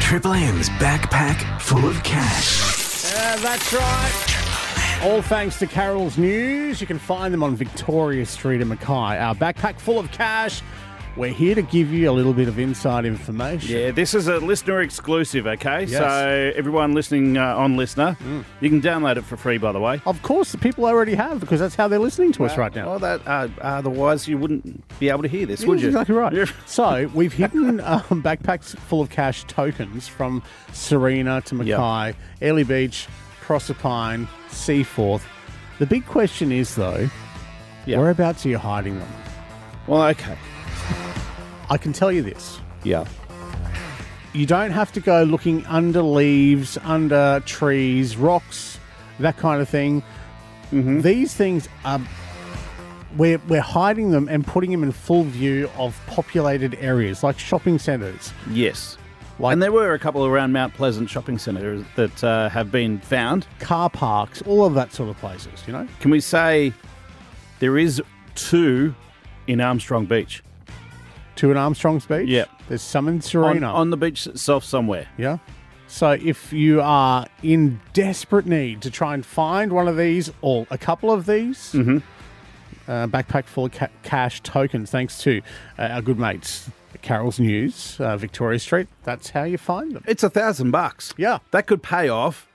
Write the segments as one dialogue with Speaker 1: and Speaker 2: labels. Speaker 1: Triple M's backpack full of cash.
Speaker 2: Yeah, that's right. All thanks to Carol's News. You can find them on Victoria Street in Mackay. Our backpack full of cash. We're here to give you a little bit of inside information.
Speaker 3: Yeah, this is a listener exclusive, okay?
Speaker 2: Yes. Mm.
Speaker 3: So everyone listening uh, on Listener, you can download it for free, by the way.
Speaker 2: Of course, the people already have because that's how they're listening to us right now.
Speaker 3: Well, that uh, otherwise you wouldn't be able to hear this, would you?
Speaker 2: Exactly right.
Speaker 3: Yeah.
Speaker 2: So we've hidden um, backpacks full of cash tokens from Serena to Mackay, Airlie Beach, Proserpine, Seaforth. The big question is though,
Speaker 3: Yeah.
Speaker 2: whereabouts are you hiding them?
Speaker 3: Well, okay.
Speaker 2: I can tell you this.
Speaker 3: Yeah.
Speaker 2: You don't have to go looking under leaves, under trees, rocks, that kind of thing.
Speaker 3: Mm-hmm.
Speaker 2: These things are we're, we're hiding them and putting them in full view of populated areas like shopping centres.
Speaker 3: Yes.
Speaker 2: Like-
Speaker 3: and there were a couple around Mount Pleasant Shopping Centre that uh, have been found.
Speaker 2: car parks, all of that sort of places, you know?
Speaker 3: Can we say there is two in Armstrong Beach?
Speaker 2: To an Armstrong's beach.
Speaker 3: Yeah.
Speaker 2: There's some in
Speaker 3: On,
Speaker 2: Serena.
Speaker 3: on the beach itself somewhere.
Speaker 2: yeah. So if you are in desperate need to try and find one of these or a couple of these, uh, backpack full of ca- cash tokens, thanks to uh, our good mates, Carol's News, uh, Victoria Street, that's how you find them.
Speaker 3: It's a thousand bucks.
Speaker 2: Yeah.
Speaker 3: That could pay off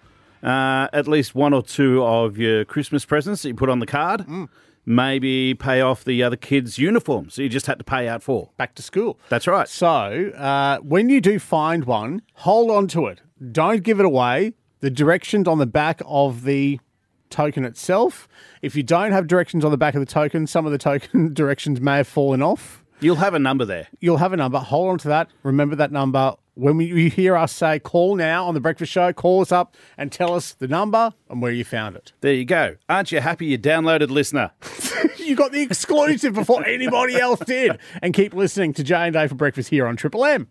Speaker 3: uh, at least one or two of your Christmas presents that you put on the card. Maybe pay off the other kids' uniforms that you just had to pay out for.
Speaker 2: Back to school.
Speaker 3: That's right.
Speaker 2: So uh, when you do find one, hold on to it. Don't give it away. The directions on the back of the token itself. If you don't have directions on the back of the token, some of the token directions may have fallen off.
Speaker 3: You'll have a number there.
Speaker 2: You'll have a number. Hold on to that. Remember that number. When we, you hear us say call now on the breakfast show, call us up and tell us the number and where you found it.
Speaker 3: There you go. Aren't you happy you downloaded listener?
Speaker 2: You got the exclusive before anybody else did. And keep listening to Jay and Day for breakfast here on Triple M.